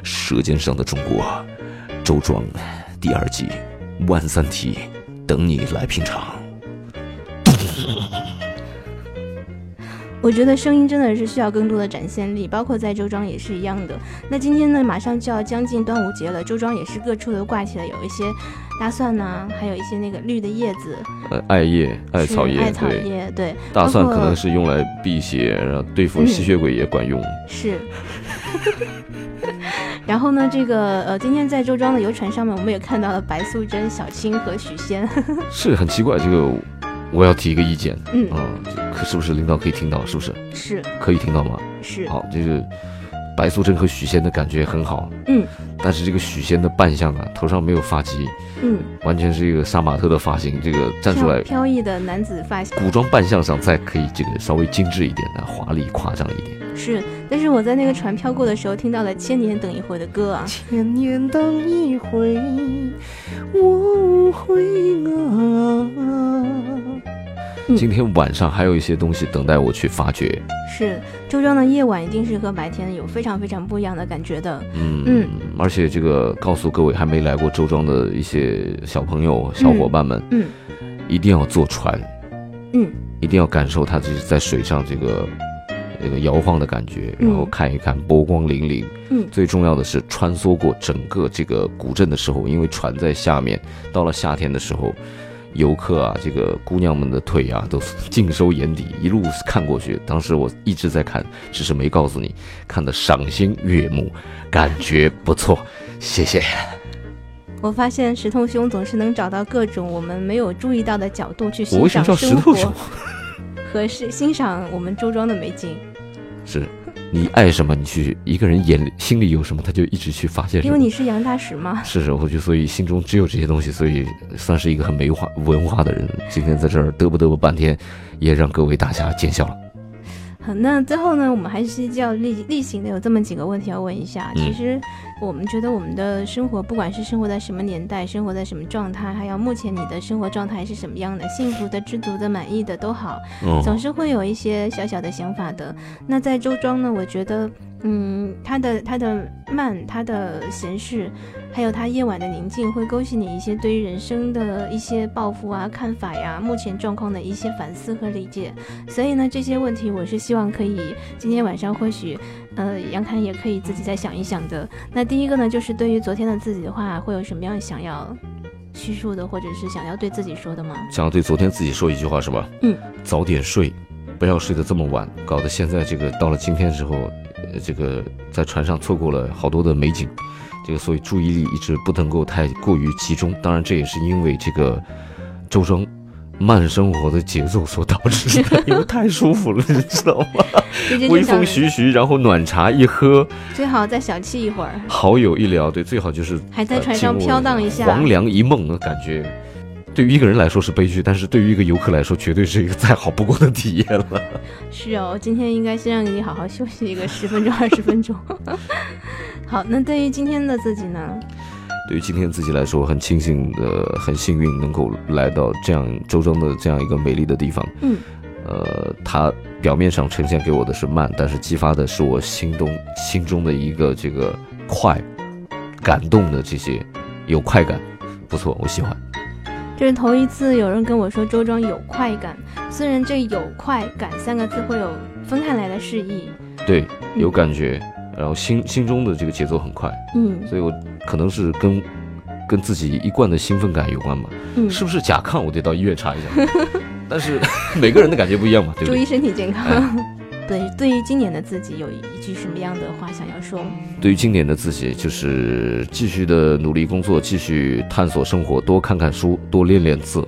Speaker 1: 舌尖上的中国》周庄第二季《万三体》，等你来品尝。
Speaker 2: 我觉得声音真的是需要更多的展现力，包括在周庄也是一样的。那今天呢，马上就要将近端午节了，周庄也是各处都挂起了有一些大蒜呐、还有一些那个绿的叶子，
Speaker 1: 呃，艾叶、艾
Speaker 2: 是
Speaker 1: 草叶，
Speaker 2: 艾草
Speaker 1: 对。
Speaker 2: 叶，嗯对，
Speaker 1: 大蒜
Speaker 2: 包括
Speaker 1: 可能是用来辟邪，然后对付吸血鬼也管用。
Speaker 2: 是。 然后呢，这个呃，今天在周庄的游船上面，我们也看到了白素贞、小青和许仙。
Speaker 1: 是很奇怪，这个我要提一个意见
Speaker 2: 嗯，
Speaker 1: 啊、这可是不是领导可以听到？是不是
Speaker 2: 是
Speaker 1: 可以听到吗？
Speaker 2: 是，
Speaker 1: 好，这个白素贞和许仙的感觉很好，
Speaker 2: 嗯
Speaker 1: 但是这个许仙的扮相啊，头上没有发髻，
Speaker 2: 嗯，
Speaker 1: 完全是一个杀马特的发型，这个站出来
Speaker 2: 飘飘逸的男子发型。
Speaker 1: 古装扮相上再可以这个稍微精致一点啊，华丽夸张一点。
Speaker 2: 是，但是我在那个船飘过的时候，听到了《千年等一回》的歌啊，
Speaker 3: 千年等一回，我回啊。
Speaker 2: 嗯
Speaker 1: 今天晚上还有一些东西等待我去发掘。
Speaker 2: 是周庄的夜晚一定是和白天有非常非常不一样的感觉的。
Speaker 1: 嗯，而且这个告诉各位还没来过周庄的一些小朋友、小伙伴们，
Speaker 2: 嗯
Speaker 1: 一定要坐船，
Speaker 2: 嗯，
Speaker 1: 一定要感受它就是在水上这个这个摇晃的感觉，
Speaker 2: 嗯
Speaker 1: 然后看一看波光粼粼。
Speaker 2: 嗯
Speaker 1: 最重要的是穿梭过整个这个古镇的时候，因为船在下面，到了夏天的时候。游客啊，这个姑娘们的腿啊，都尽收眼底，一路看过去。当时我一直在看，只是没告诉你，看得赏心悦目，感觉不错，谢谢。
Speaker 2: 我发现石头兄总是能找到各种我们没有注意到的角度去
Speaker 1: 我
Speaker 2: 欣
Speaker 1: 为什
Speaker 2: 赏
Speaker 1: 么叫石
Speaker 2: 生
Speaker 1: 头
Speaker 2: 活
Speaker 1: 手？
Speaker 2: 和是欣赏我们周庄的美景。
Speaker 1: 是，你爱什么，你去一个人眼里心里有什么，他就一直去发现什
Speaker 2: 因
Speaker 1: 么
Speaker 2: 为。你是杨大使嘛。
Speaker 1: 是是，我就所以心中只有这些东西，所以算是一个很没化文化的人。今天在这儿嘚啵嘚啵半天，也让各位大侠见笑了。
Speaker 2: 好，那最后呢，我们还是要例例行的有这么几个问题要问一下。
Speaker 1: 嗯
Speaker 2: 其实我们觉得我们的生活，不管是生活在什么年代，生活在什么状态，还有目前你的生活状态是什么样的，幸福的、知足的、满意的都好，总
Speaker 1: 嗯，
Speaker 2: 是会有一些小小的想法的。那在周庄呢，我觉得，嗯，他的他的慢，他的闲适，还有他夜晚的宁静，会勾起你一些对于人生的一些抱负啊、看法呀、目前状况的一些反思和理解。所以呢，这些问题我是希望可以今天晚上或许，呃，杨侃也可以自己再想一想的。那第一个呢，就是对于昨天的自己的话，会有什么样想要叙述的，或者是想要对自己说的吗？
Speaker 1: 想要对昨天自己说一句话是吧？
Speaker 2: 嗯，
Speaker 1: 早点睡，不要睡得这么晚，搞得现在这个到了今天之后，呃，这个在船上错过了好多的美景，这个所以注意力一直不能够太过于集中。当然，这也是因为这个周庄慢生活的节奏所导致的，因为太舒服了，你知道吗？
Speaker 2: 这就是
Speaker 1: 微
Speaker 2: 想
Speaker 1: 风徐徐，然后暖茶一喝，
Speaker 2: 最好再小憩一会儿，
Speaker 1: 好友一聊，对，最好就是呃
Speaker 2: 还在船上飘荡一下。
Speaker 1: 黄粱一梦的感觉。对于一个人来说是悲剧，但是对于一个游客来说，绝对是一个再好不过的体验了。
Speaker 2: 是哦，今天应该先让你好好休息一个十分钟、二十 分钟。好，那对于今天的自己呢？
Speaker 1: 对于今天自己来说，很庆幸的，很幸运能够来到这样周庄的这样一个美丽的地方。
Speaker 2: 嗯，
Speaker 1: 呃，它表面上呈现给我的是慢，但是激发的是我心中心中的一个这个快，感动的这些有快感，不错，我喜欢。
Speaker 2: 这是头一次有人跟我说周庄有快感，虽然这“有快感”三个字会有分开来的释义。
Speaker 1: 对，
Speaker 2: 嗯
Speaker 1: 有感觉，然后心心中的这个节奏很快，
Speaker 2: 嗯
Speaker 1: 所以我可能是跟跟自己一贯的兴奋感有关吧，
Speaker 2: 嗯，
Speaker 1: 是不是甲亢？我得到医院 查一下。但是每个人的感觉不一样嘛，对不
Speaker 2: 注
Speaker 1: 对
Speaker 2: 意？身体健康。
Speaker 1: 哎
Speaker 2: 对，对于今年的自己有一句什么样的话想要说？
Speaker 1: 对于今年的自己，就是继续的努力工作，继续探索生活，多看看书，多练练字。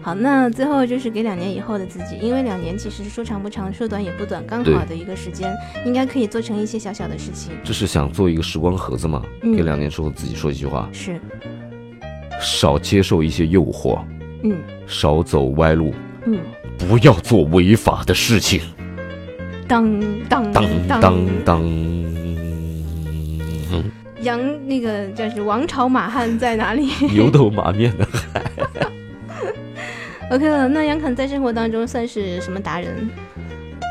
Speaker 2: 好，那最后就是给两年以后的自己，因为两年其实说长不长，说短也不短，刚
Speaker 1: 对
Speaker 2: 好的一个时间，应该可以做成一些小小的事情。
Speaker 1: 这是想做一个时光盒子嘛？
Speaker 2: 嗯
Speaker 1: 给两年之后自己说一句话：
Speaker 2: 是，
Speaker 1: 少接受一些诱惑，
Speaker 2: 嗯
Speaker 1: 少走歪路，
Speaker 2: 嗯，
Speaker 1: 不要做违法的事情。
Speaker 2: 当当
Speaker 1: 当当
Speaker 2: 当，
Speaker 1: 当，
Speaker 2: 杨那个就是王朝马汉在哪里
Speaker 1: 牛头马面的。
Speaker 2: ？OK 了，那杨侃在生活当中算是什么达人？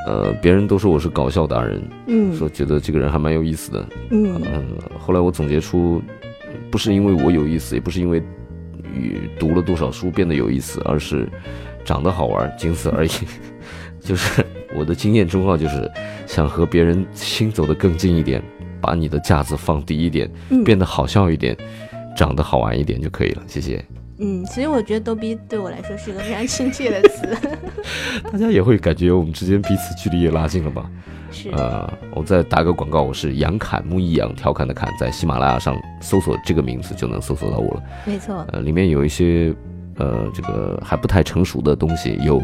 Speaker 1: 呃，别人都说我是搞笑达人，
Speaker 2: 嗯
Speaker 1: 说觉得这个人还蛮有意思的。
Speaker 2: 嗯
Speaker 1: 嗯，后来我总结出，不是因为我有意思，也不是因为与读了多少书变得有意思，而是长得好玩，仅此而已。 就是我的经验忠告就是，想和别人心走得更近一点，把你的架子放低一点，
Speaker 2: 嗯
Speaker 1: 变得好笑一点，长得好玩一点就可以了。谢谢。
Speaker 2: 嗯，所以我觉得逗逼对我来说是一个非常亲切的 词。
Speaker 1: 大家也会感觉我们之间彼此距离也拉近了吧？
Speaker 2: 是，
Speaker 1: 呃，我再打个广告，我是杨侃，木易杨，调侃的侃，在喜马拉雅上搜索这个名字就能搜索到我了。
Speaker 2: 没错。
Speaker 1: 呃，里面有一些呃这个还不太成熟的东西，有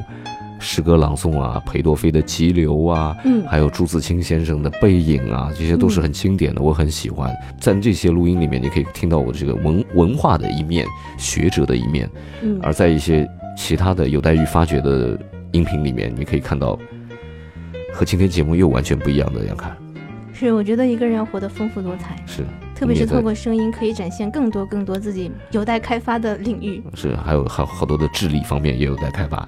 Speaker 1: 诗歌朗诵啊，裴多菲的《急流》啊。
Speaker 2: 嗯，
Speaker 1: 还有朱自清先生的《背影》啊，这些都是很经典的，我很喜欢。在这些录音里面，你可以听到我这个文文化的一面，学者的一面。
Speaker 2: 嗯
Speaker 1: 而在一些其他的有待于发掘的音频里面，你可以看到和今天节目又完全不一样的杨凯。
Speaker 2: 是，我觉得一个人要活得丰富多彩，
Speaker 1: 是
Speaker 2: 特别是
Speaker 1: 你也在
Speaker 2: 透过声音可以展现更多更多自己有待开发的领域。
Speaker 1: 是，还有还有好多的智力方面也有待开发。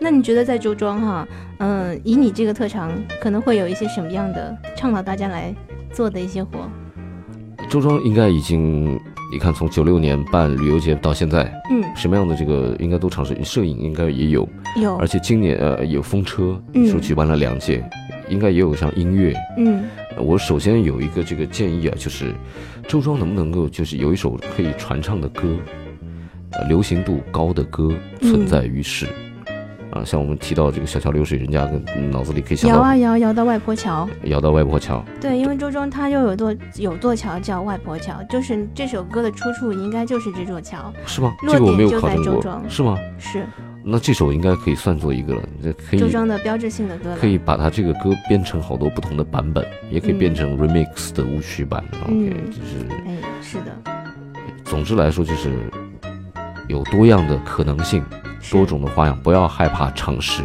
Speaker 2: 那你觉得在周庄哈，嗯、以你这个特长，可能会有一些什么样的倡导大家来做的一些活？
Speaker 1: 周庄应该已经，你看从九六年办旅游节到现在，
Speaker 2: 嗯，
Speaker 1: 什么样的这个应该都尝试，摄影应该也有，
Speaker 2: 有
Speaker 1: 而，且今年呃有风车，说
Speaker 2: 哦嗯
Speaker 1: 举办了两届，应该也有像音乐，
Speaker 2: 嗯
Speaker 1: 呃我首先有一个这个建议啊，就是周庄能不能够就是有一首可以传唱的歌，呃，流行度高的歌
Speaker 2: 嗯
Speaker 1: 存在于世。啊，像我们提到这个小桥流水人家，跟脑子里可以想
Speaker 2: 摇
Speaker 1: 到
Speaker 2: 啊摇，摇到外婆桥。
Speaker 1: 摇到外婆桥，
Speaker 2: 对，因为周庄它又有座有座桥叫外婆桥，就是这首歌的出处应该就是这座桥。
Speaker 1: 是吗？
Speaker 2: 落
Speaker 1: 这个我
Speaker 2: 点
Speaker 1: 没有
Speaker 2: 就
Speaker 1: 考
Speaker 2: 在
Speaker 1: 证
Speaker 2: 周
Speaker 1: 过，
Speaker 2: 庄
Speaker 1: 是吗？
Speaker 2: 是，
Speaker 1: 那这首应该可以算作一个了，这可以
Speaker 2: 周庄的标志性的歌了。
Speaker 1: 可以把它这个歌编成好多不同的版本，也可以变成 remix 的舞曲版。
Speaker 2: 嗯
Speaker 1: OK，就是
Speaker 2: 哎，是的，
Speaker 1: 总之来说就是有多样的可能性，
Speaker 2: 是
Speaker 1: 多种的花样，不要害怕尝试。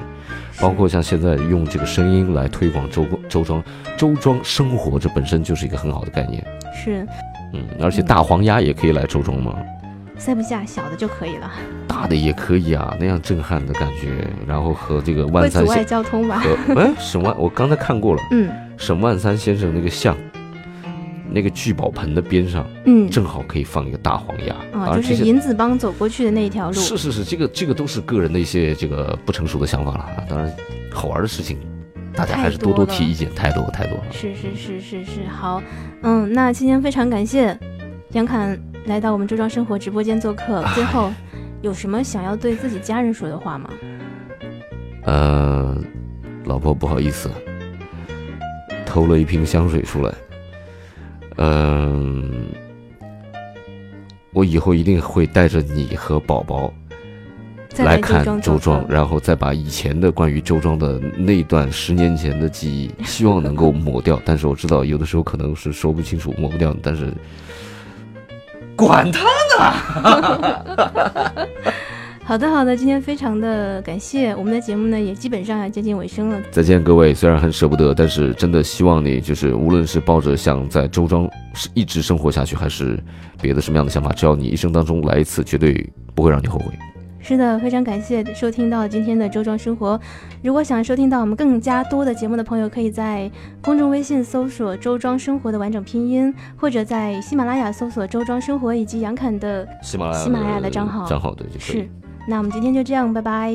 Speaker 1: 包括像现在用这个声音来推广周周庄周庄生活，这本身就是一个很好的概念。
Speaker 2: 是
Speaker 1: 嗯，而且大黄鸭也可以来周庄嘛，
Speaker 2: 塞不下小的就可以了，
Speaker 1: 大的也可以啊，那样震撼的感觉。然后和这个
Speaker 2: 会
Speaker 1: 万
Speaker 2: 阻
Speaker 1: 三
Speaker 2: 碍
Speaker 1: 先
Speaker 2: 交通吧？
Speaker 1: 和 哎沈万，我刚才看过了，
Speaker 2: 嗯
Speaker 1: 沈万三先生那个像，那个聚宝盆的边上
Speaker 2: 嗯，
Speaker 1: 正好可以放一个大黄鸭，
Speaker 2: 啊，
Speaker 1: 而
Speaker 2: 就
Speaker 1: 这
Speaker 2: 是
Speaker 1: 些。
Speaker 2: 银子帮走过去的那一条路。
Speaker 1: 是是是，这个这个都是个人的一些这个不成熟的想法了啊。当然，好玩的事情，大家还是多多
Speaker 2: 太多了
Speaker 1: 提意见，太多太多了。
Speaker 2: 是是是是是，好，嗯，那今天非常感谢杨侃来到我们周庄生活直播间做
Speaker 1: 哎
Speaker 2: 客。最后，有什么想要对自己家人说的话吗？
Speaker 1: 呃，老婆不好意思，偷了一瓶香水出来。嗯、我以后一定会带着你和宝宝
Speaker 2: 再
Speaker 1: 来
Speaker 2: 周
Speaker 1: 看
Speaker 2: 庄
Speaker 1: 周
Speaker 2: 做
Speaker 1: 庄，
Speaker 2: 客，
Speaker 1: 然后再把以前的关于周庄的那段十年前的记忆， 希望能够抹掉。但是我知道有的时候可能是说不清楚、抹不掉，但是管他。
Speaker 2: 好的好的，今天非常的感谢，我们的节目呢也基本上要接近尾声了。
Speaker 1: 再见，各位。虽然很舍不得，但是真的希望你就是，无论是抱着想在周庄是一直生活下去，还是别的什么样的想法，只要你一生当中来一次，绝对不会让你后悔。
Speaker 2: 是的，非常感谢收听到今天的周庄生活。如果想收听到我们更加多的节目的朋友，可以在公众微信搜索“周庄生活”的完整拼音，或者在喜马拉雅搜索“周庄生活”以及杨侃的
Speaker 1: 喜马拉雅
Speaker 2: 喜马拉雅的账号
Speaker 1: 账号对，就可以
Speaker 2: 是。那我们今天就这样，拜拜。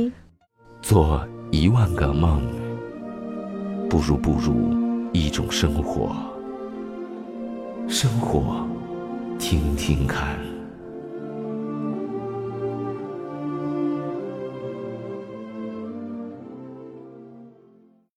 Speaker 1: 做一万个梦，不如步入一种生活。生活，听听看。